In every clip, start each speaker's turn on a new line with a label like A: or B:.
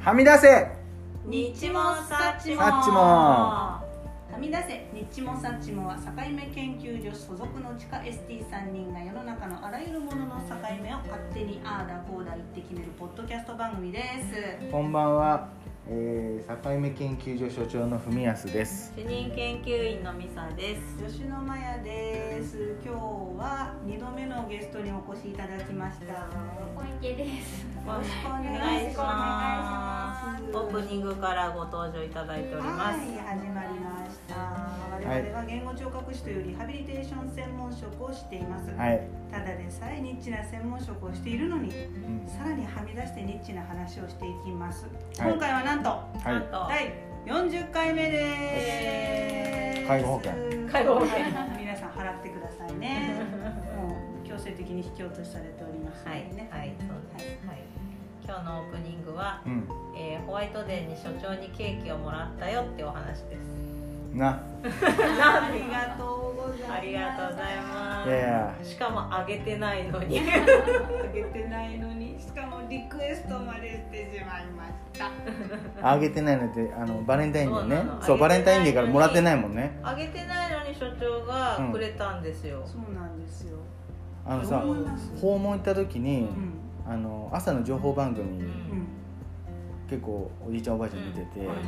A: はみ出せ
B: 日もさっちも
A: サッチも
B: はみ出せ日もさっちもは境目研究所所属の地下 ST3 人が世の中のあらゆるものの境目を勝手にああだこうだ言って決めるポッドキャスト番組です
A: こんばんは、えー、境目研究所所長の文康です
C: 主任研究員のミサです。
B: 吉野真也です今日は2度目のゲストにお越しいただきましたよ
D: 小池です。
B: ろしくお
C: お
B: 願いしま
C: 願いし
B: す
C: ますオープニングからご登場いただいております。
B: はい、始まりました。
A: い
B: 我々は言語聴覚士というリハビリテーション専門職をしています。
A: はい、
B: ただでさえニッチな専門職をしているのに、
A: うん
B: さらにはみ出してニッチな話をしていきます。
A: はい
B: 今回はなんと
C: な
A: は
C: んと、
B: 第40回目です。
A: 介護保険
C: 介護保険
B: 皆さん払ってくださいね。もう強制的に引き落としされておりますの
C: はい、
B: でね。
C: はい、そうです。はい。今日のオープニングは、
A: い、
C: えーホワイトデーに所長にケーキをもらったよってお話です。
A: うん、な、
B: ありがとうございます。
C: ありがとうございま
A: い
C: す。
A: やいや
C: しかもあげてないのに。
B: あげてないのにしかもリクエストまでしてしまいました
A: あげてないのってあのバレンタインデーね
C: そうなの
A: そうバ
C: あ
A: レ
C: げ
A: ン
C: てないの
A: タインデ
C: に
A: ーからもらってないもんね
C: あげてないのに所長がくれたんですよ。
B: そうなんですよ
A: あのさ
B: どう思います
A: 訪問行った時に、
B: うん
A: あの朝の情報番組、
C: ん
B: うん
A: 結構おじいちゃんおばあちゃん見てて、
C: うん
B: はいはい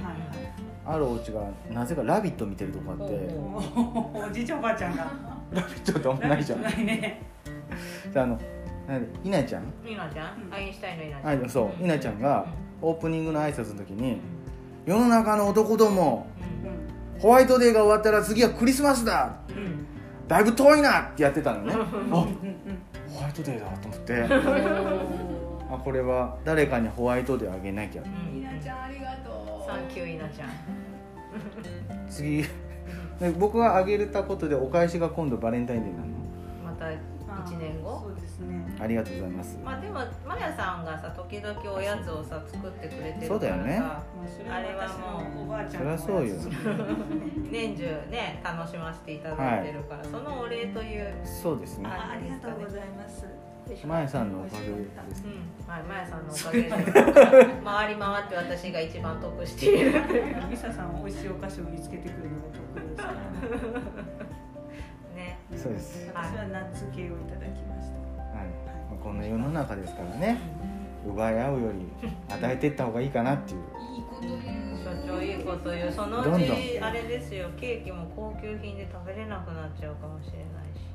A: あるお家がなぜか「ラビット!」見てるとこあって
C: うん
B: おーおじいちゃんおばあちゃん が
A: 「ラビット!」ってあんまないじゃ ん
B: ないね
A: であのなんで稲ちゃん
C: いなちゃん、
B: うん
C: アインシュタインのいなち
A: あ
C: ゃん。
A: そう稲ちゃんがオープニングの挨拶の時
C: うん。
A: に「世の中の男ども
C: うん
B: うん
A: ホワイトデーが終わったら次はクリスマスだ
C: うん
A: だいぶ遠いな!」ってやってたの ねあ
B: うん
A: ホワイトデーだと思ってあこれは誰かにホワイトデーあげなきゃ
C: うん
D: みなちゃんありがとう。
C: サンキューいなちゃん。
A: 次で僕があげれたことでお返しが今度バレンタインデーなの
C: また一年
B: まあ
C: 後。
B: そうですね
A: ありがとうございます
C: まあでもマヤさんがさ時々おやつをさ作ってくれてるからさ。
A: そうだよね
B: まあそれは私のおばあちゃんの
A: そりゃそうよ
B: やつ
C: 年中ね楽しませていただいてるから、そのお礼という。
A: そうですね
C: は
B: あありがとうございます
A: まやさんのおかげで
C: う
A: す
C: ん、はい、まやさんのおかげで回り回って私が一番得してい る
B: ミサさんは美味しいお菓子を見つけてくるのが得意ですから
C: ね。
A: そうです
B: 私はナッツ系をいただきまし
A: はいまあこんな世の中ですからね奪い合うより与えていった方がいいかなっていう
D: いいこと言う。
C: 所長いいこと言うそのうち
A: どんどん
C: あれですよケーキも高級品で食べれなくなっちゃうかもしれないし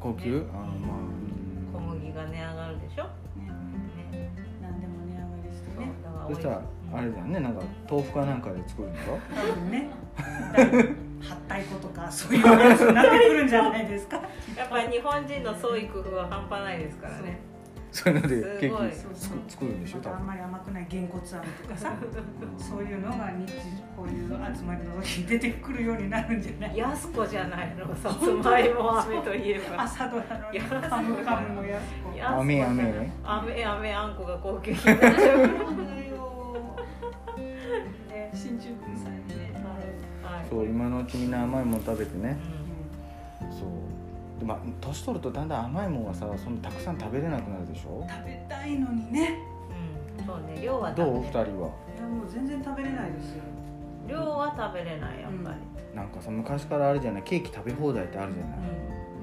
A: 高級、
C: ね
A: あのまあうん
C: 小麦が値上がるでしょ、
B: たね
C: ね、
B: 何でも値上がりしてね
C: だから
A: そしたら
C: 美味しい
A: あれだよねなんか豆腐かなんかで作るんだろ
B: 多分ねはったい粉とかそういうやつになってくるんじゃないですか
C: やっぱり日本人の創意工夫は半端ないですからね
A: そういうのです
C: ごい
A: ケーキ
B: そう
A: つ
B: そう
A: く作るんでしょ
B: ま
A: 多
B: たあん
A: 分
B: まり甘くないげんこつあんとかさそういうのが日こういう集まりの時に出てくるようになるんじゃない
C: 安子じゃないのさつまいも飴といえば
B: 朝ドラのねカムカムのやす子
C: い
B: い
C: や
A: あめあめね
C: 飴飴あんこが高級品になっちゃうはい
B: よね新宿さんにね
C: はい
A: そう今のうちみんな甘いもの食べてね
C: うん
A: そうでまあ年取るとだんだん甘いものがさそんなたくさん食べれなくなるでしょ
B: 食べたいのにね
C: うんそうね量は
A: ど
C: 食
A: う
C: べ
A: 二
C: れ
A: 人はい
C: ない
B: やもう全然食べれないですよ
C: 量は食べれないやっぱり、
A: なんかさ昔からあれじゃないケーキ食べ放題ってあるじゃ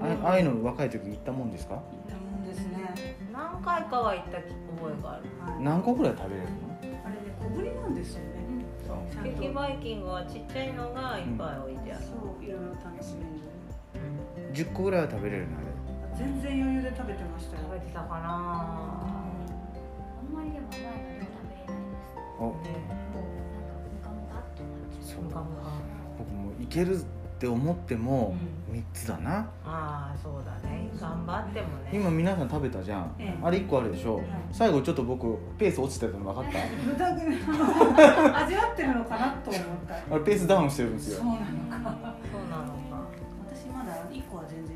A: ない、あれああいうの若い時行ったもんですか
B: いったもんですね
C: うん何回かは行った覚えがある
B: はい
A: 何個ぐらい食べれる
B: あれね小ぶりなんですよね
A: の
B: ちゃん
C: ケ
B: と
C: ーキバイキングはちっちゃいのがいっぱい置いてある、
B: そういろいろ楽しめる
A: 10個ぐらいは食べれるのあれ
B: 全然余裕で食べてましたよ
C: 食べてたかな
D: あんまりでも甘いので食べれないです。
A: あ
C: ね
D: こうなんかムカムカっとなっちゃ
A: そ
D: う。
A: う
C: むかむか
A: 僕もういけるって思っても3つだな、
C: ああそうだね頑張ってもね
A: 今皆さん食べたじゃん、
B: ええ
A: あれ1個あるでしょ、最後ちょっと僕ペース落ちてたの分かった
B: 無駄ぐ 味わってるのかなと思った
A: あれペースダウンしてるんです
B: そう
A: よ
B: なのか
C: そうなのか
B: 私まだ一個は全然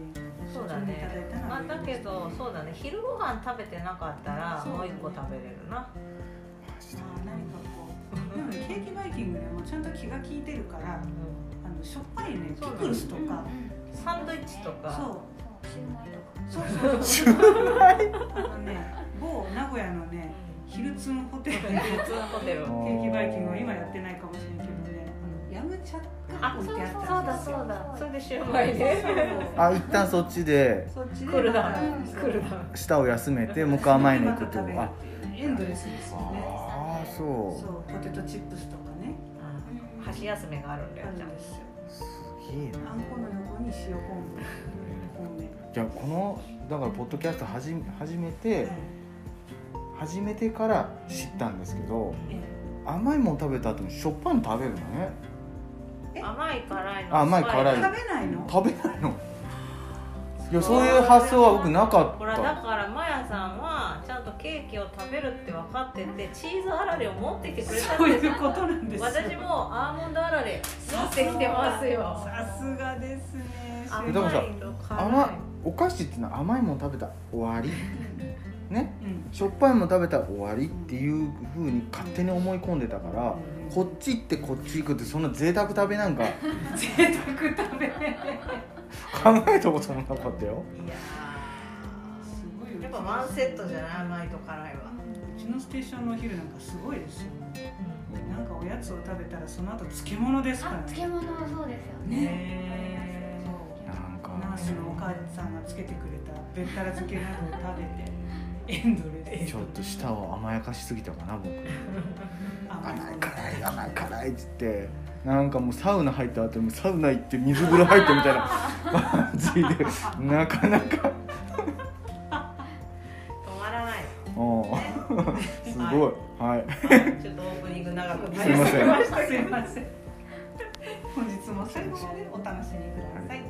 C: そうだ
B: いただい
C: ね
B: たら
C: まあだけどそうだね昼ご飯食べてなかったら
B: そうだ
C: もう
B: ね
C: 一個食べれるな
B: あー何かこうでもねケーキバイキングでもちゃんと気が利いてるから
C: うん
B: あのしょっぱいねピ
C: そうなの
B: クルスとか
C: サンドイッチと
B: そう
C: か
D: そうシュウマイとか。
B: そうそうそうあのね某名古屋の
C: う
B: ね
C: ん
B: ヒルツンホテルに
C: 普通当だホテル
E: あー
B: ケーキバイキングは今やってないかもしれんけどねあのヤムチャが置いてあったんですよ
C: そうだそうだそれでシューマイで
E: あ一旦そっちで
B: そっちで
C: クールダ
B: ま
C: ウン
B: た
C: クールダウン
E: 舌を休めて向こうは前に行くと
B: また食べる
E: あ
B: っていうねエンドレスですよね
E: ああ
B: そ
E: そう
B: うポテトチップスとかね
F: うん
C: 箸休めがあるんだ
B: あ
C: よ
B: るん
C: ちゃんと
B: ですよ
E: すげえな
B: あんこの横に塩昆布本ね
E: じゃあこのだからポッドキャスト始め始めて始めてから知ったんですけど甘いもん食べた後にしょっぱいの食べるのね
C: 甘い辛いの
E: あ甘い
C: スパイス
E: 辛い
B: 食べないの
E: 食べないのいやそういう発想は僕なか
C: ほ
E: っ
C: らだ
E: た
C: からマヤさんはちゃんとケーキを食べるって分かっててチーズあられを持ってきてくれた
B: そ
C: ん
B: う
C: です
B: い
C: よ
B: うことなんですよ
C: 私もアーモンドあられ持ってきてますよ
B: さすがですね
C: 甘
E: え
C: い
E: でもさ
C: の
E: 甘い
C: 辛
E: お菓子っていうのは甘いもん食べたら 終わりね
B: うん
E: しょっぱいもん食べたら終わりっていうふうに勝手に思い込んでたからこっち行ってこっち行くってそんな贅沢食べなんか
B: 贅沢食べ
E: 考えたこともなかったよ
C: いいや
B: すごい
C: ー
B: よ
C: やっぱワンセットじゃない甘いと辛いは
B: うちのステーションのお昼なんかすごいですよなんかおやつを食べたらその後漬物ですから
F: あ、
B: ね
F: 漬物はそうですよね。
C: ね
E: なんか
B: ナースのお母さんがつけてくれたべったら漬けなどを食べてエンドレス
E: ちょっと舌を甘やかしすぎたかな僕
B: 甘いも
E: 甘い
B: の
E: 辛い甘い辛いっつってなんかもうサウナ入った後にサウナ行って水風呂入ってみたいな感じでなかなか
C: 止まらない
E: うんすごいはい
C: ちょっとオープニング長く
E: すいません
B: すいません本日も最後までお楽しみください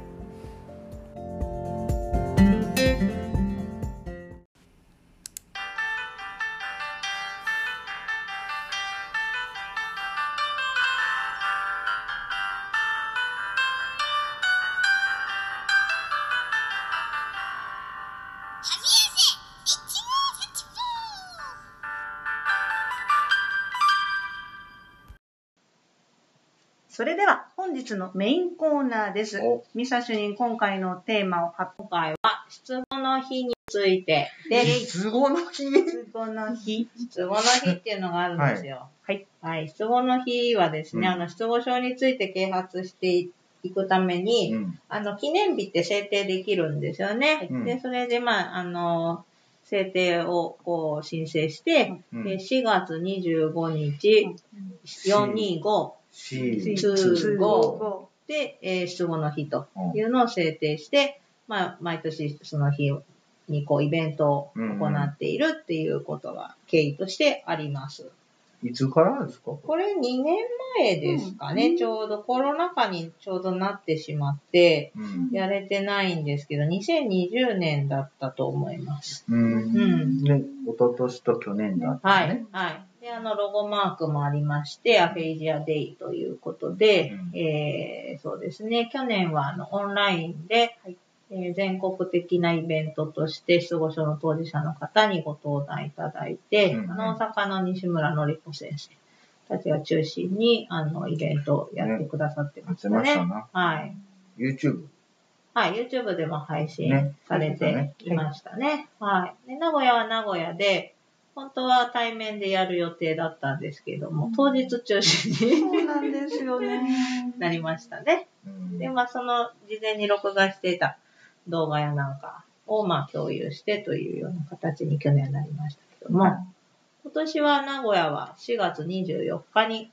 B: それでは本日のメインコーナーです
E: お
B: ミサ主任今回のテーマを発表
C: 質問の日についてで
E: 質後の日
B: 失語の日
C: 質問の日っていうのがあるんですよ。
B: はい。
C: はい。失語の日はですね、
E: うん
C: あの、失語症について啓発していくために、
E: うん
C: あの、記念日って制定できるんですよね。
E: うん
C: で、それで、まあ、あの、制定をこう申請して、
E: うん
C: で4月25日、425
E: し
C: 通語
B: 語
C: で、えー失語の日と
E: うん
C: いうのを制定して、まあ、毎年その日にこう、イベントを行っているっていうことが経緯としてあります。
E: いつからですか
C: これ2年前ですかね、
B: うん
C: ちょうどコロナ禍にちょうどなってしまって、
E: うん
C: やれてないんですけど、2020年だったと思います。
E: う
C: うんん。
E: ね一昨年と去年だった
C: は
E: ね
C: い。はい。で、あの、ロゴマークもありまして、アフェイジアデイということで、
E: うん
C: えー、そうですね、去年はあのオンラインで、えー全国的なイベントとして、失語症の当事者の方にご登壇いただいて、
E: うん
C: あの大阪の西村のり子先生たちが中心に、あの、イベントをやってくださって
E: や
C: ま
E: っ
C: した
E: てました
C: ね。
E: な
C: はい。
E: YouTube
C: はい、YouTube でも配信
E: ね
C: され
E: そうで
C: ていましたね。はい。で、名古屋は名古屋で、本当は対面でやる予定だったんですけども、当日中止に
B: そうなんですよね
C: なりましたね。
E: うん
C: で、まあ、その事前に録画していた動画やなんかを、まあ、共有してというような形に去年なりましたけども、
E: はい
C: 今年は名古屋は4月24日に、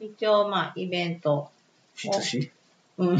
C: 一応、まあ、イベント、
E: 羊羊
C: うん、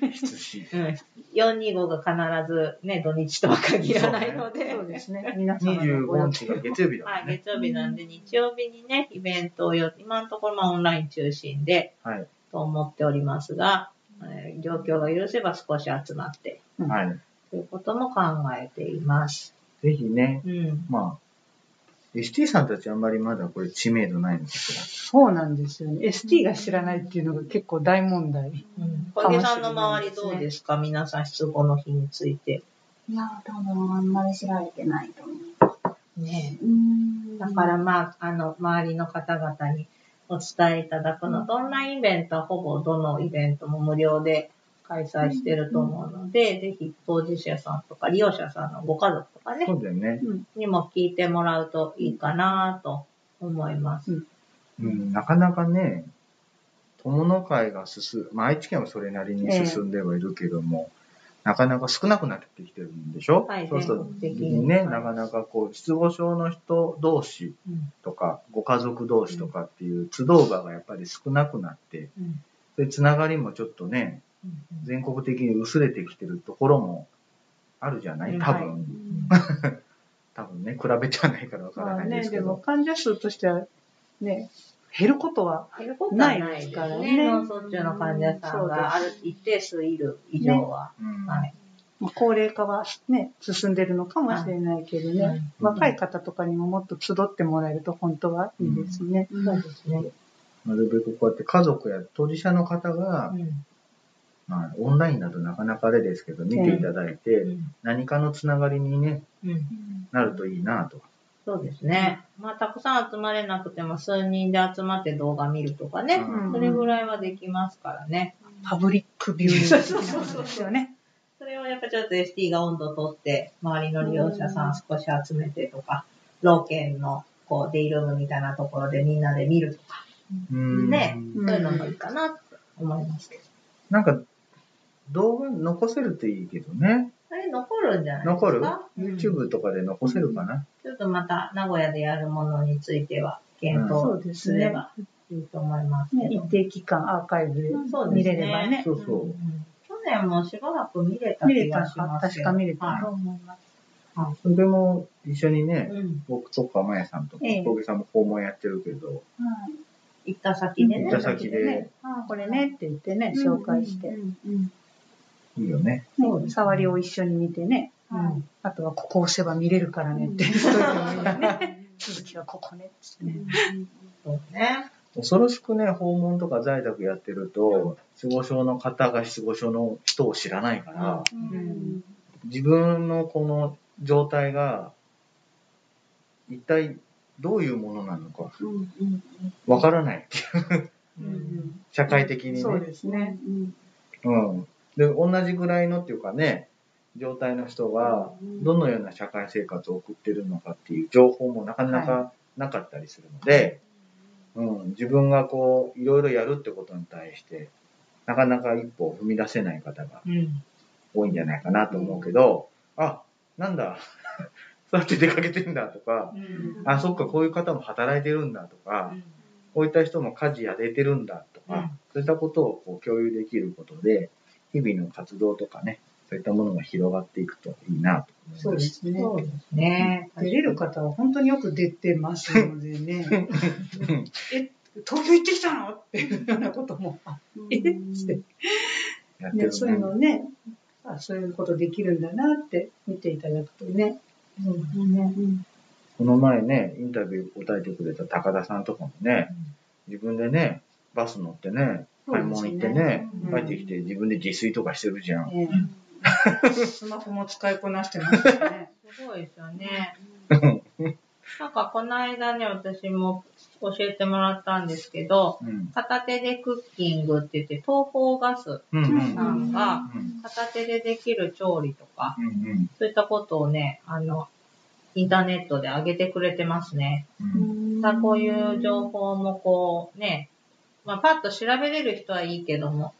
E: 羊
C: うん425が必ずね、土日とは限らないので、
B: そうですね皆様のご
E: 25
B: 予
E: 日が月曜日だも
C: は
E: ん
C: い、
E: ね
C: 月曜日なんで、日曜日にね、イベントをよ、今のところまあオンライン中心で、
E: はい
C: と思っておりますが、えー状況が許せば少し集まって、
E: はい
C: ということも考えています。
E: ぜひね
C: うん。
E: まあ、ST さんたちあんまりまだこれ知名度ないんですけ
D: そうなんですよね。ST が知らないっていうのが結構大問題。
C: うん、
D: か
C: 小
D: もしれないですね
C: 池さんの周りどうですか皆さん、失語の日について。
F: いや、多分あんまり知られてないと思う。
C: ね
F: うん
C: だからまあ、あの、周りの方々にお伝えいただくのと、オンラインイベントはほぼどのイベントも無料で開催してると思うので、ぜひ当事者さんとか利用者さんのご家族とかね
E: ど。、そうだよね。
C: にも聞いてもらうといいかなと思います。
E: うん、なかなかね、友の会が進む、まあ、愛知県はそれなりに進んではいるけども、なかなか少なくなってきてるんでしょ、
C: はい
E: そうすると
C: 全国的に
E: ね、
C: はい
E: なかなかこう、失語症の人同士
C: うん
E: とか、ご家族同士とかっていう集う場がやっぱり少なくなって、
C: うん
E: そういうつながりもちょっと
C: う
E: ね、
C: ん
E: 全国的に薄れてきてるところもあるじゃな
C: う
E: い
C: ん
E: 多分、
C: は
E: 多分ね、比べてはないからわから
D: まあ
E: ないで
D: ね、
E: すけ
D: で
E: ど。
D: も患者数としては、ね、減ることは、
C: 減ることはない
D: ない
C: です
D: から
C: ね。
D: ね
C: 脳卒中の患者さんがある一定数いる以上は。
E: うん
C: はい
D: まあ高齢化はね、進んでるのかもしれないけどね、
C: はい
D: 若い方とかにももっと集ってもらえると本当はいいですね。
C: そうですね。
E: なるべくこうやって家族や当事者の方が、まあ、オンラインだとなかなかあれですけど、見ていただいて、
C: うん
E: 何かのつながりに、ね、
C: うん
E: なるといいなと。
C: そうですね。まあ、たくさん集まれなくても、数人で集まって動画見るとかね、
E: うん
C: それぐらいはできますからね。
D: パブリックビューイング
C: そうそうそう
D: そうですよね。
C: それをやっぱちょっと ST が温度取って、周りの利用者さん少し集めてとか、老犬のこうデイルームみたいなところでみんなで見るとか、
E: うん
C: ね
D: うん
C: そういうのもいいかなって思いますけど。
E: なんか、動画残せるといいけどね。
C: あれ残るんじゃないです
E: 残
C: か
E: る
C: うん
E: ?YouTube とかで残せるかな、
C: ちょっとまた名古屋でやるものについては検
D: そう
C: 討
D: です
C: す
D: ね
C: ればいいと思いますけ
D: ね
C: ど
D: 一。定期間アーカイブで
C: そうですね
D: 見れればね。
E: そうそう。
C: 去年もしばらく見れた
D: 見
C: 気
D: れた
C: がし
D: か、
C: ます
D: 確
C: よ
D: か見れた
C: はい
D: と思います。
E: それも一緒にね、
C: うん
E: 僕とかまやさんとか、
D: ええ
E: 小木さんも訪問やってるけど、
C: 行った先で
E: 行
C: ね
E: っ。た先で
D: これねって言ってね、紹介して、
E: いいよね。
C: そうです
D: 触りを一緒に見てね、
C: はい
D: あとはここ押せば見れるからねって、そういうのもいいね。続きはここねっつってね。
C: そうね。
E: 恐ろしくね、訪問とか在宅やってると、失語症の方が失語症の人を知らないから、
D: うん
E: 自分のこの状態が、一体どういうものなのか、わからない。社会的にね。
D: そうですね。
E: うん。で、同じぐらいのっていうかね、状態の人が、どのような社会生活を送ってるのかっていう情報もなかなかなかったりするので、うん、自分がこう、いろいろやるってことに対して、なかなか一歩を踏み出せない方が
C: うん。
E: 多いんじゃないかなと思うけど、あ、なんだ、 そうやって出かけてんだとか、
C: うん
E: あ、そっか、こういう方も働いてるんだとか、こういった人も家事やれてるんだとか、
C: うん
E: そういったことをこう共有できることで、日々の活動とかね、そういったものが広がっていくといいなと思います。
D: そうですね。
C: そうですね。
D: 出れる方は本当によく出てますの でね。え、東京行ってきたのっていうようなことも、あえって、
E: やってる
D: ね、そういう
E: ね。
D: のをね、あそういうことできるんだなって見ていただくとね。
E: この前ね、インタビュー答えてくれた高田さんとかもね、自分でね、バス乗ってね、買い物行ってね、
D: うん
E: 帰ってきて自分で自炊とかしてるじゃん。
D: ええスマホも使いこなしてますしね。
C: すごいですよね。なんかこの間ね、私も教えてもらったんですけど、
E: うん。
C: 片手でクッキングって言って、東方ガス
E: うんうん。
C: さんが
E: うん
C: 片手でできる調理とか、
E: うん
C: そういったことをね、あの、インターネットで上げてくれてますね。
E: うん。
C: またこういう情報もこうね、まあパッと調べれる人はいいけども、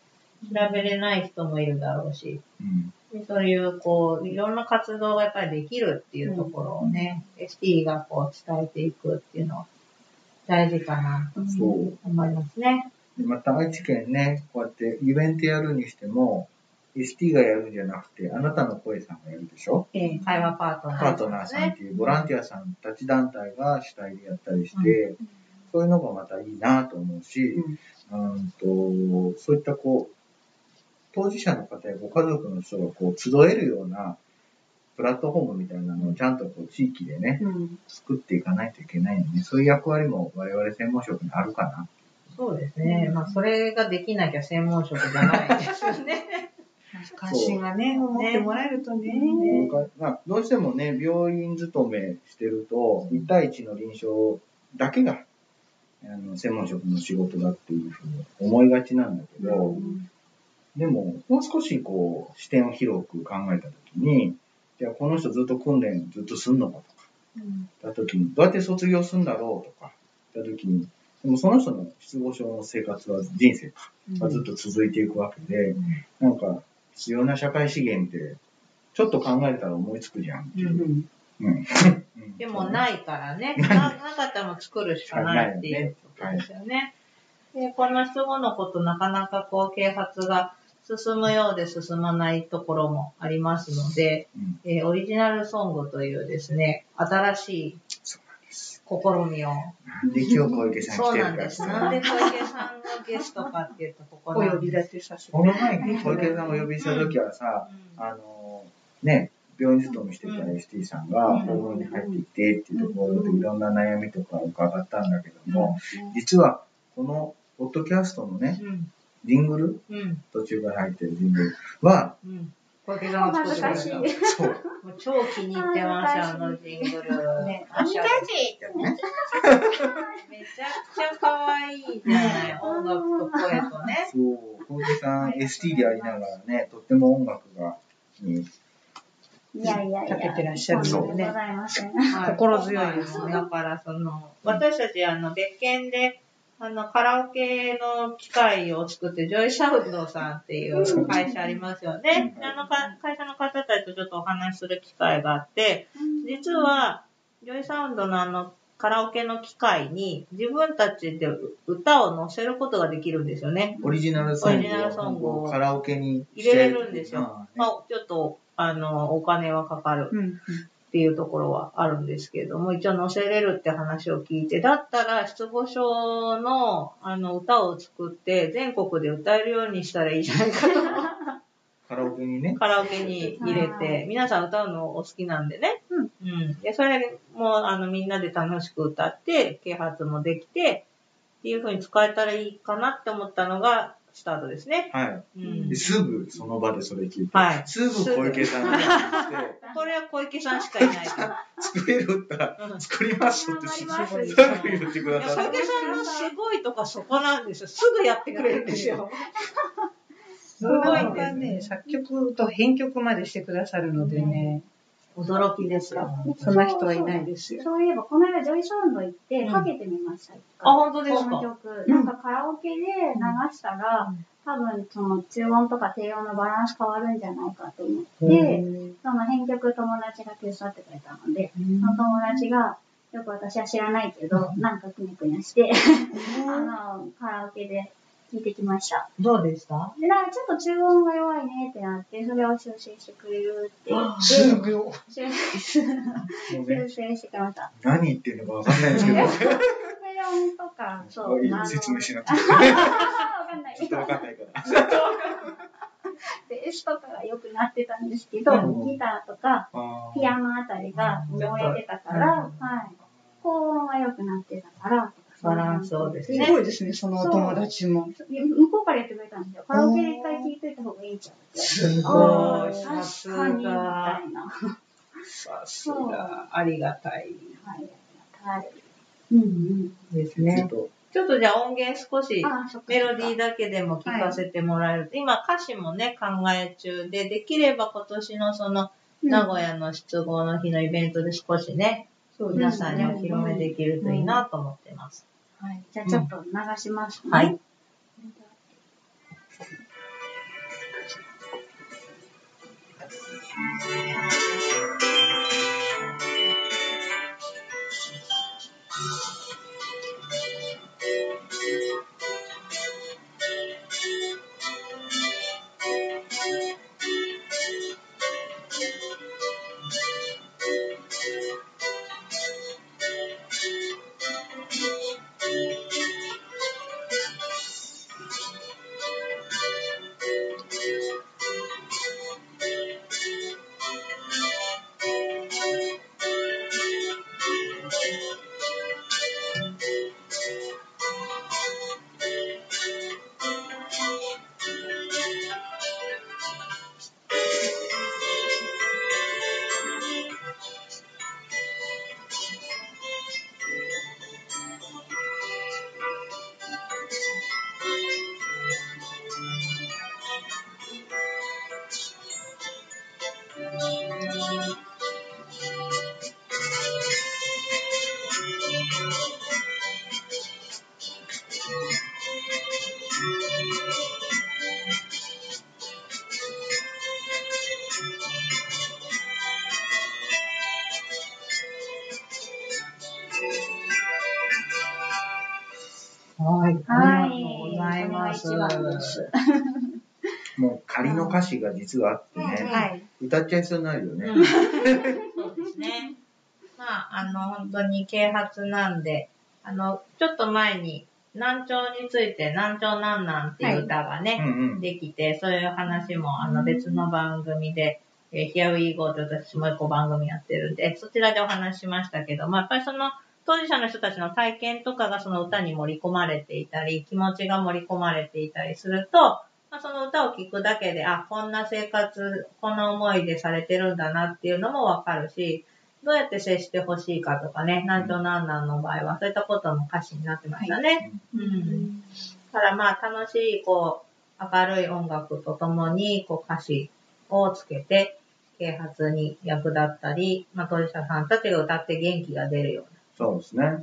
C: 調べれない人もいるだろうし、
E: うん。
C: でそういうこう、いろんな活動がやっぱりできるっていうところをね、ST がこう伝えていくっていうのは大事かなと
E: そう。
C: 思いますね。
E: でまた愛知県ね、こうやってイベントやるにしても、ST がやるんじゃなくて、あなたの声さんがやるでしょ
C: ええ会話パートナー、
E: パートナーさんっていうボランティアさんたち団体が主体でやったりして、そういうのがまたいいなと思うし、うん、とそういったこう、当事者の方やご家族の人がこう集えるようなプラットフォームみたいなのをちゃんとこう地域でね、作っていかないといけないよね。そういう役割も我々専門職にあるかな。
C: そうですね。まあそれができなきゃ専門職じゃないですよね。
D: 関心がね、思ってもらえるとね。
E: 僕はまあ、どうしてもね、病院勤めしてると、1対1の臨床だけが、あの、専門職の仕事だっていうふうに思いがちなんだけど、でも、もう少しこう、視点を広く考えたときに、じゃあこの人ずっと訓練ずっとすんのかとか、だったときに、どうやって卒業するんだろうとか、った時に、でもその人の失語症の生活は人生かがずっと続いていくわけで、なんか必要な社会資源って、ちょっと考えたら思いつくじゃんっていう。うんうん
C: でもないからね。 ななかったらもう作るしかないっていうことですよね。で、この質問のことなかなかこう啓発が進むようで進まないところもありますので、
E: うん
C: えーオリジナルソングというですね、新しい試みを。
E: なんで今日小池さん来
C: そう
E: てる
C: なん
E: かって
C: です。なんで小池さんがゲストかっていうと、こ
D: お
C: こな
D: 呼
C: ん
D: び
C: です。
D: 立てさせて
E: この前に小池さんをお呼びした時はさ、あのね、病院勤めしてた ST さんが訪問に入っていてっていうところでいろんな悩みとか伺ったんだけども、実はこのポッドキャストのね、
C: うん。
E: ジングル、
C: うん。
E: 途中から入ってるジングルは、
C: うん。小池さんが作ってくれた。も
E: そう、
C: う超気に入ってました、あのジングル。
F: ね
C: あのめちゃくちゃ可愛いじゃない、音楽と声とね。
E: そう、小池さん ST でありながらね、とっても音楽が、うん
F: いやいやい
D: か
F: や。
D: けてらっしゃる
F: そ
D: の
F: う
D: で
F: ご
D: ね
F: ざいません。
C: はい
D: 心強いですね
C: だから、その、私たち、あの、別件で、あの、カラオケの機械を作って、ジョイサウンドさんっていう会社ありますよね。
E: うん
C: あのか、会社の方たちとちょっとお話しする機会があって、実は、ジョイサウンドのあの、カラオケの機械に自分たちで歌を載せることができるんですよね。
E: オリジナルソ
C: オ
E: ン
C: リジナルソン
E: グ
C: グを
E: をカラオケに
C: 入れれるんですよ。
E: うん
C: まあ、ちょっと、あの、お金はかかる
D: うん
C: っていうところはあるんですけれども、一応載せれるって話を聞いて、だったら失語症のあの歌を作って、全国で歌えるようにしたらいいじゃないかと、
E: カラオケにね。
C: カラオケに入れて、皆さん歌うのお好きなんでね。
D: うん。
C: うん。で、それも、あの、みんなで楽しく歌って、啓発もできて、っていう風に使えたらいいかなって思ったのが、スタートですね。
E: は
C: う
E: い。
C: ん
E: で。すぐその場でそれ聞いて、
C: はい。
E: すぐ小池さんが来て、
C: これは小池さんしかいないと。
E: 作れるったら
C: うん
E: 作りますってす
F: 頑張
E: ぐ
F: り
E: す
F: ます
E: ぐ言ってく
C: い
E: だ
C: や小池
E: さ
C: さ
E: っ
C: んのすごいとかそこなんですよ。すぐやってくれるんですよ。
D: すごいですね。作曲と編曲までしてくださるのでね、
C: 驚きですよ。あ、
D: そんな人はいないですよ。
F: そういえば、この間ジョイサウンド行って
C: うん
F: かけてみました。一回
C: 本当です
F: この
C: か。
F: 曲。
D: うん
F: なんかカラオケで流したら、多分その中音とか低音のバランス変わるんじゃないかと思って、その編曲友達が手伝ってくれたので、その友達が、よく私は知らないけど、なんかくにゃくにゃして、あの、カラオケで聴いてきました。
C: どうでした
F: で、なんかちょっと中音が弱いねってなって、それを修正してくれるって言って、
E: すぐ、も
F: 修正
E: うね、
F: 修正してくれ ました。
E: 何言ってるのかわかんないんですけど、
F: 低音とか、そう、
E: いい
F: あの
E: 説明しなくて、
F: わかんない。
E: ちょっとわかんないから。
F: ベースとかが良くなってたんですけど、
E: うん
F: ギターとか
E: あー
F: ピアノあたりが燃えてたから、はい。高音が良くなってたから、
C: バランスをです
D: す
C: ね
D: ごいですね、そのお友達も。
F: 向こうから言ってくれたんですよ。カラオケで一回聴いといた方がいいじゃんって。
E: す
C: ごい
F: あー
C: さす
F: 確
C: が
F: かに、みたいな。は
D: さす
F: が。
D: ありがたい。
F: い。はい。うんうん。
C: です
E: ちょっ。と、
C: ちょっとじゃあ音源少し
F: あー、そっかそっか。
C: メロディーだけでも聞かせてもらえる。今歌詞もね、考え中で、できれば今年のその、名古屋の失語の日のイベントで少しね、
F: そう
C: 皆さんにお披露目できるといいなと思ってます。
F: はい。じゃあちょっと流しますね。
C: はい。
G: 「
C: はい。
F: はい
C: ありがとうございます。
F: それが一番です
E: もう仮の歌詞が実はあってね、
F: はい。
E: 歌っちゃいそうになるよ ね。
C: そうですね。まあ、あの、本当に啓発なんで、あの、ちょっと前に、難聴について、難聴なんなんっていう歌がね、
E: うんうん。
C: できて、そういう話も、あの、別の番組で、えー、Here We Go という私もう一個番組やってるんで、そちらでお話ししましたけど、まあ、やっぱりその、当事者の人たちの体験とかがその歌に盛り込まれていたり、気持ちが盛り込まれていたりすると、まあ、その歌を聴くだけで、あ、こんな生活、こんな思いでされてるんだなっていうのもわかるし、どうやって接してほしいかとかね、なんとなんなんの場合は、そういったことも歌詞になってましたね。うん。ただまあ楽しい、こう、明るい音楽とともに、こう歌詞をつけて、啓発に役立ったり、まあ当事者さんたちが歌って元気が出るよ
E: そうですね。
C: うな、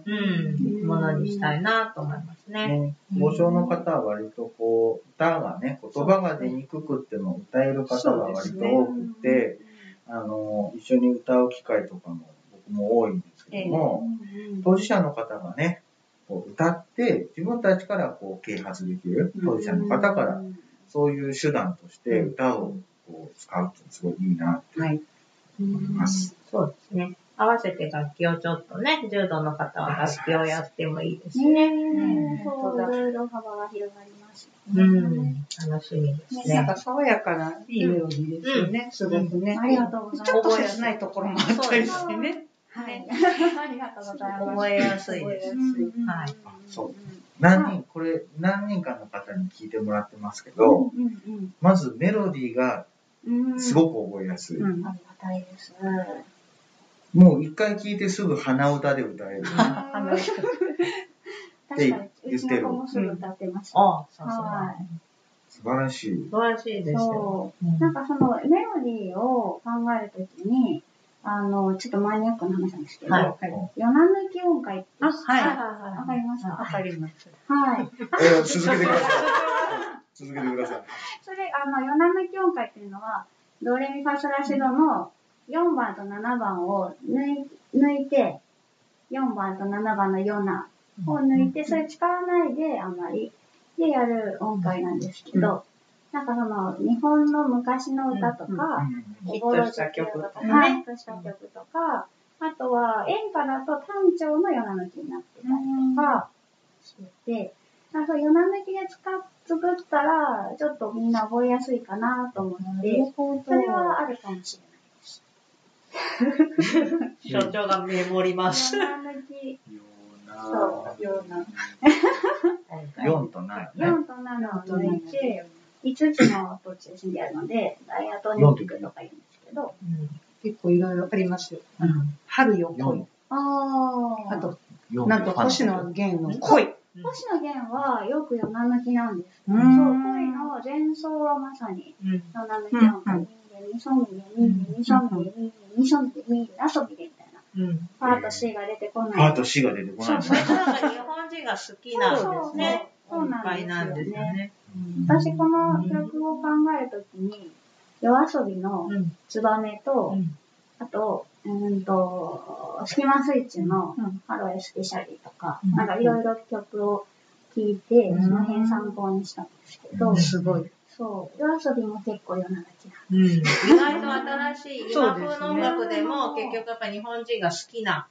C: うん、ものにしたいなと思いますね。
E: ねご障の方は割とこう、歌がね、言葉が出にくくっても歌える方が割と多くて、あの、一緒に歌う機会とかも僕も多いんですけども、当事者の方がね、こう歌って自分たちからこう啓発できる、当事者の方からそういう手段として歌をこう使うってすごいいいなって
D: はい。
E: 思います。
C: そうですね。合わせて楽器をちょっとね、柔道の方は楽器をやってもいいですしね。
F: ねえ、そう、いろいろ幅が広がります。
C: うん、楽しみで
F: ね
C: す
D: なん
C: ね。
D: か爽やかないいメロディーですよね、すごくね。
F: ありがとうござい
D: ち
F: ま
D: ょっと切ないところもあったりしてね。
F: す。はい。ありがとうございます。
C: 覚えやすいです。はい。
E: そう何人、これ何人かの方に聞いてもらってますけど、まずメロディーがす
F: く。
E: ごく覚えやすい。
D: うん
F: ありがたいです。
E: もう一回聞いてすぐ鼻歌で歌える。
D: あの
F: 確かに、うちの子もすぐ歌ってました。
C: ああ、さす
F: は
C: が
F: い。。
E: 素晴らしい。
C: 素晴らしいですよ。
F: そう
C: うん
F: なんかそのメロディーを考えるときに、あの、ちょっとマニアックな話なんですけど、
C: はい
F: 夜な抜き音階って、
D: あ、はい。
F: わかりますか
D: わかります。
F: はい。
E: えー続けてください。続けてください。
F: それ、あの、夜な抜き音階っていうのは、ドレミファソラシドの4番と7番を抜い抜いて、4番と7番の夜なを抜いて、それ使わないで、あまり、でやる音階なんですけど、なんかその、日本の昔の歌とか、
E: うん
D: ヒットした曲とかね
F: はいヒットした曲とか、あとは演歌だと単調の夜な抜きになってたりとかしてて、なんか夜な抜きで使っ作ったら、ちょっとみんな覚えやすいかなと思って、それはあるかもし
C: 象徴がメモりま
F: れ
C: す。
F: ない。夜な抜き、
E: そう
D: ような。
E: 4とないね。
F: 4と7を抜いて、5つの音を中心でやるので、ダイアトニックとか言うんですけど、
D: 結構いろいろありますよ。
C: うん
D: 春よ、恋
E: 四。
F: あー
D: あと、
E: 四
D: なんと星野源の恋。
F: 星野源はよく夜な抜きなんです。
D: う
F: そう、
D: ん
F: 恋の前奏はまさに、
C: うん
F: のなめちゃんが、みそみで、みそみで、みそみで、みそみで、みたいな。
C: うん
F: パート C が出てこ
E: パ
F: な
E: ー
F: い。
E: ト C が出てこ
C: な
E: ない
C: ん
E: のね。
C: か日本人が好きなんですね。
F: そうそうそう
C: いっぱいなんですよね。
F: 私この曲を考えるときに、夜遊びの
C: うん
F: ツバメ
C: う
F: と、
C: ん
F: あと、うーんと、スキマスイッチのハローエスペシャリーとか、なんかいろいろ曲を聴いて、その辺参考にしたんですけど、
D: すごい。
F: そう、夜遊びも結構夜な泣きな。
C: うん意外と新しい
D: そ
C: 今
D: うで
C: 風
D: すね
C: の音楽でも結局やっぱ日本人が好きな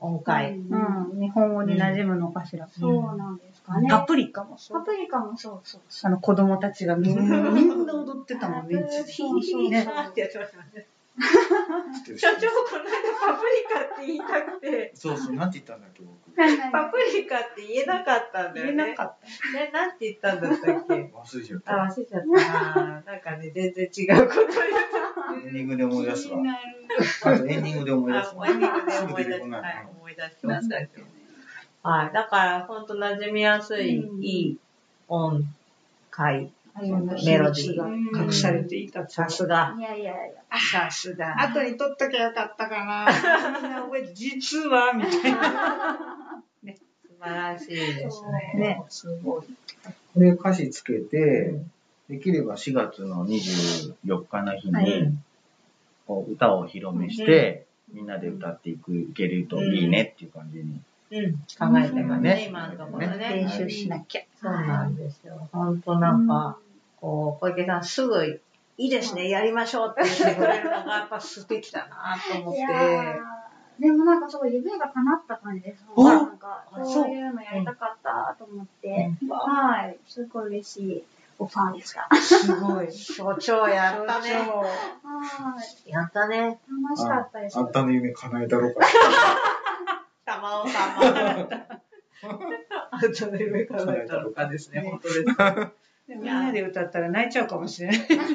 C: 音階。
D: うん。日本語に馴染むのかしら。
F: そうなんですかね。
D: パプリカもそ
F: パ
D: う。
F: プリカもそうそうそう。
D: あの子供たちがみんな、みんな踊ってた もんね、一時。
F: そうそう
D: ね
C: あってやってましたね
E: 知ってる
C: 所長この間パプリカって言いたくて、
E: そうそう、なんて言ったんだっけ、僕。
C: パプリカって言えなかったんだ
D: 言
C: よ
D: え
C: ね。
D: なかった。
C: ね、なんて言ったんだったっけ
E: 忘れちゃっ
C: あ、
E: た。
C: 忘れちゃった な。なんかね、全然違うこと
E: エンディングで思い出すわ。
C: にな
E: あとエンディングで思い
C: る。
E: 出
C: あ
E: す、わ。
C: 思い出し
E: すぐ
C: 思
E: 出
C: い
E: て
C: 出し
E: こ
C: は
E: な
C: い。
E: い
C: 思い出しましたけど。はい。だから、ほんと馴染みやすい、
F: うん
C: いい音階。
D: メロディーが隠されていた。
C: さすが。
F: いやいやいや。
C: さすが。
D: 後に撮っときゃよかったか な。みんな覚えて、実は、みたいな。
C: 素晴らしいですね。
D: ね、すごい。
E: これ歌詞つけて、できれば4月の24日の日に、こう歌をお披露目して、みんなで歌っていく、いけるといいねっていう感じに
C: うん、考えてますね、
E: うん
C: 今のところね
F: 練。習しなきゃ。
C: そうなんですよ。本当なんか、こう、小池さんすぐ、いいですね、やりましょうって言ってくれるのが、やっぱ素敵だなと思っ
F: い
C: て。
F: やーでもなんかすごい夢が叶った感じです。なんか、
C: あ
F: そういうのやりたかったと思って、はい、すごい嬉しいオファーでした。は
B: すごい。
C: 所長やったね。
F: い、
C: やったね。
F: 楽しかったです。
E: あんたの夢叶えたろか。
C: 玉尾様。
B: あとで上からやったのかですね、本当です。みんなで歌ったら泣いちゃうかもしれない。
C: そうです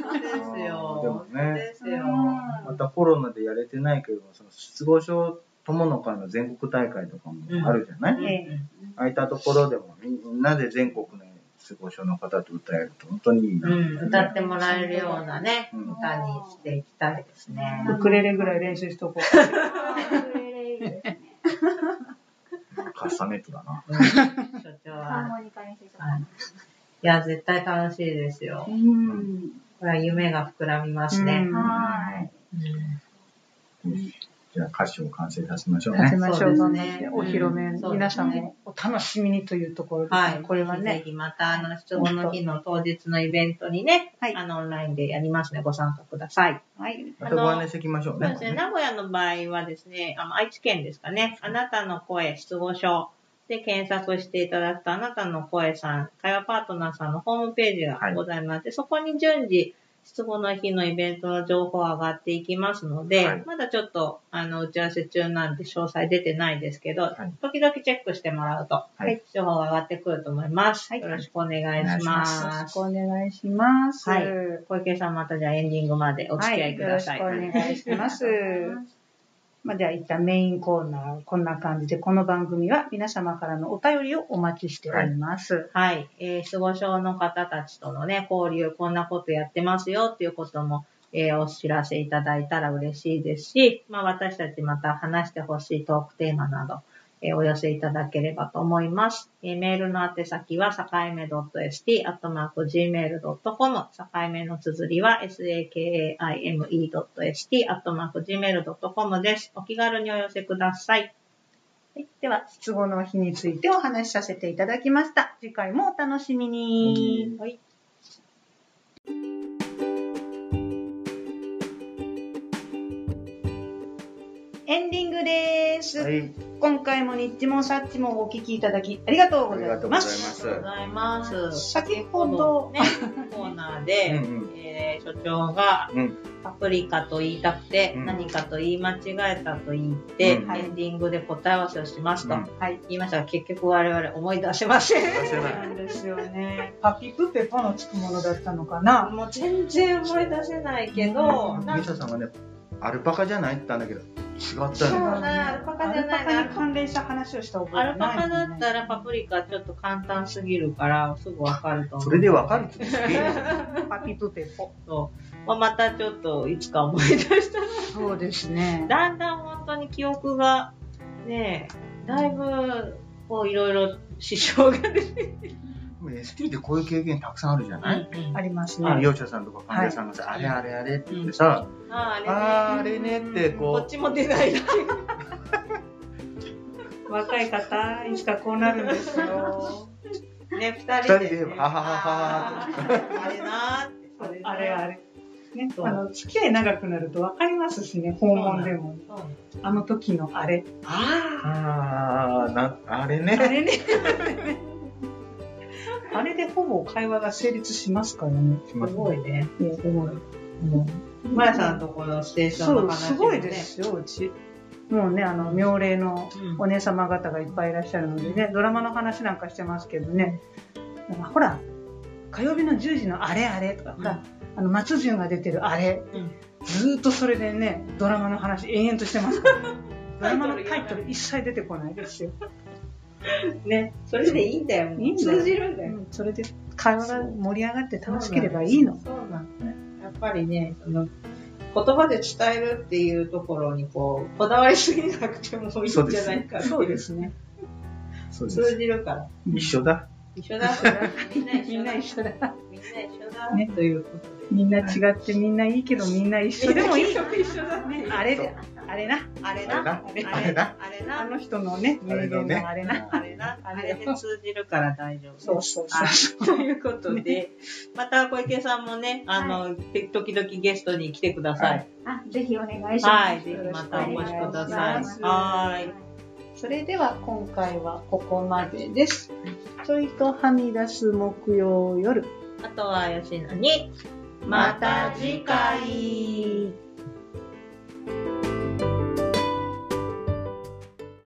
C: よ。
E: でもね
C: そうですよ。
E: またコロナでやれてないけど、その失語症友の会の全国大会とかもあるじゃない、
C: うん
E: 空いたところでもみんなで全国の失語症の方と歌えると本当にいいな。
C: うん、歌ってもらえるようなね、
E: うん
C: 歌にしていきたいですね。
B: ウクレレぐらい練習しとこ
E: カスタネットだな。
C: 所長
F: ハー
C: は。
F: モニカにしてち
C: はいいや、絶対楽しいですよ
F: う。ん。
C: これは夢が膨らみますね。
F: はい。
E: じゃあ歌詞を完成させましょう
B: う。
E: ね。
B: ましょう。頑張ってお披露目、
C: うん
B: 皆さんもお楽しみにというところです、ね
C: はい。
B: これは
C: ぜ
B: ね。
C: ひまた、あの、質問の日の当日のイベントにね、
B: はい
C: あの、オンラインでやりますね。ご参加ください。
B: はい。
E: またご案内していきましょう
C: そうで
E: ね。
C: すね。名古屋の場合はですね、あの愛知県ですかね。あなたの声、失語症で検索していただくと、あなたの声さん、会話パートナーさんのホームページ
E: は
C: が
E: い
C: ございまして、そこに順次、失語の日のイベントの情報が上がっていきますので、
E: はい
C: まだちょっと、あの、打ち合わせ中なんで詳細出てないですけど、
E: い
C: 時々チェックしてもらうと、
E: はい
C: 情報が上がってくると思います。よろしくお願いします。
B: よろしくお願いします。
C: はい小池さんまたじゃあエンディングまでお付き合いください。
B: はい、よろしくお願いします。まあ、じゃあ一旦メインコーナー、こんな感じで、この番組は皆様からのお便りをお待ちしております。
C: はい。えー、失語症の方たちとのね、交流、こんなことやってますよっていうことも、えーお知らせいただいたら嬉しいですし、まあ私たちまた話してほしいトークテーマなど、えーお寄せいただければと思います。えーメールの宛先は、さかいめ .st.gmail.com、さかいめの綴りは、sakaime.st.gmail.com です。お気軽にお寄せください。
B: はいでは、失語の日についてお話しさせていただきました。次回もお楽しみに。
C: はい。
B: エンディングです。
E: はい。
B: 今回もニッチもサッチもお聞きいただきありがとう
E: あ
B: ご
E: り
B: ざ
E: が
B: い
E: とうござい
B: ま
E: ま
B: す。
E: す。
C: ございます。
B: 先ほど
C: ね、コーナーで、
E: うんうん
C: えー所長が
E: うん
C: パプリカと言いたくて、
E: うん
C: 何かと言い間違えたと言って、
E: うん
C: エンディングで答え合わせをしますと、
E: うん
C: はい、言いましたが結局我々思い出せま せん。
E: 出せない
B: なんですよね。パピプペポのつくものだったのかな。
C: もう全然思い出せないけど、
B: うん
C: なん
E: ミサさんがね、アルパカじゃないって言ったんだけど、違った
C: そう
E: の。
C: だアルパカじゃない
B: アルパカに関連した話をした覚え
C: ア
B: が
C: ル
B: な
C: パ
B: い、
C: カだったらパプリカちょっと簡単すぎるからすぐわかると思う。
E: それでわかるってすげえよ。
B: パピプペポ。
C: そうまあ、またちょっといつか思い出した
B: そうですね。
C: だんだん本当に記憶がねだいぶこういろいろ支障が出て、
E: でも ST でこういう経験たくさんあるじゃない、
B: あります
E: あの
B: ね。
E: 業者さんとか患者さんがさ、
C: はい
E: あれあれあれって言ってさ、
C: ああ
E: あーあ
C: れね
E: れねって
C: こ
E: こ
C: っ
E: う、
C: ちも出ないっていう
B: 若い方、いつかこうなるんですよ。
C: ね二
E: 二
C: 人
E: 人
C: で、
E: で
C: ね、
E: ははは
C: あ
E: は
C: ーあれなーってあれ なー
B: あれあれ。ね、
C: そう
B: あの付き合い長くなると分かりますしね、訪問でも。
C: そう
B: あの時のあれ。
C: あ
E: ああ、な、あれ
B: あ
E: ね。
B: れね。あれでほぼ会話が成立しますからね。
E: し
C: ー
E: ますす
C: ごいね
B: いやすごい。
C: マヤさんのところのステーション
B: そ
C: の
B: う、
C: 話
B: す
C: も
B: ご
C: ね
B: いですよ、うち。もうね、あの、妙齢のお姉様方がいっぱいいらっしゃるのでね、ドラマの話なんかしてますけどね、なんかほら、火曜日の10時のあれあれとか、ほら、あの、松潤が出てるあれ、
C: うん
B: ずーっとそれでね、ドラマの話延々としてますから、ドラマのタイトル一切出てこないですよ。
C: うんねそれでいいんだよ
B: いいんだよ
C: 通じるんだよ、
B: それで会話が盛り上がって楽しければいいの。
C: そうなんですね。やっぱりね、その、言葉で伝えるっていうところにこう、こだわりすぎなくてもいいんじゃないかっていう
B: そうですね。
E: そうで
C: 通
E: す。
C: じるから。
E: 一緒だ。
C: 一緒だ。みんな一緒だ。
B: みんな一緒だ。
C: みね、ということで。
B: みんな違ってみんないいけどみんな一緒でもいい。
C: 一緒だね。
B: あれで、あれな。
C: あれ
E: あれ
C: な
E: な、
C: あれ
E: あれ
C: な
E: な、
C: あれ
B: あ
C: な、
B: の人のね、
E: あ
B: 名
E: れの
B: 言
E: ね
B: のあれな。
C: あれな、あれで通じるから大丈夫。
B: そうそうそう。
C: はいということで、また小池さんもね、あの、時々ゲストに来てください。
D: あ、ぜひお願いします。
C: はい、ぜひまたお越しくだ
B: よ
C: さ
B: ろ
C: い
B: し。くお
C: は
D: は
C: ーい
D: い。。
B: それでは今回はここまでです。ちょいとはみ出す木曜夜。
C: あとは吉野に、また次回。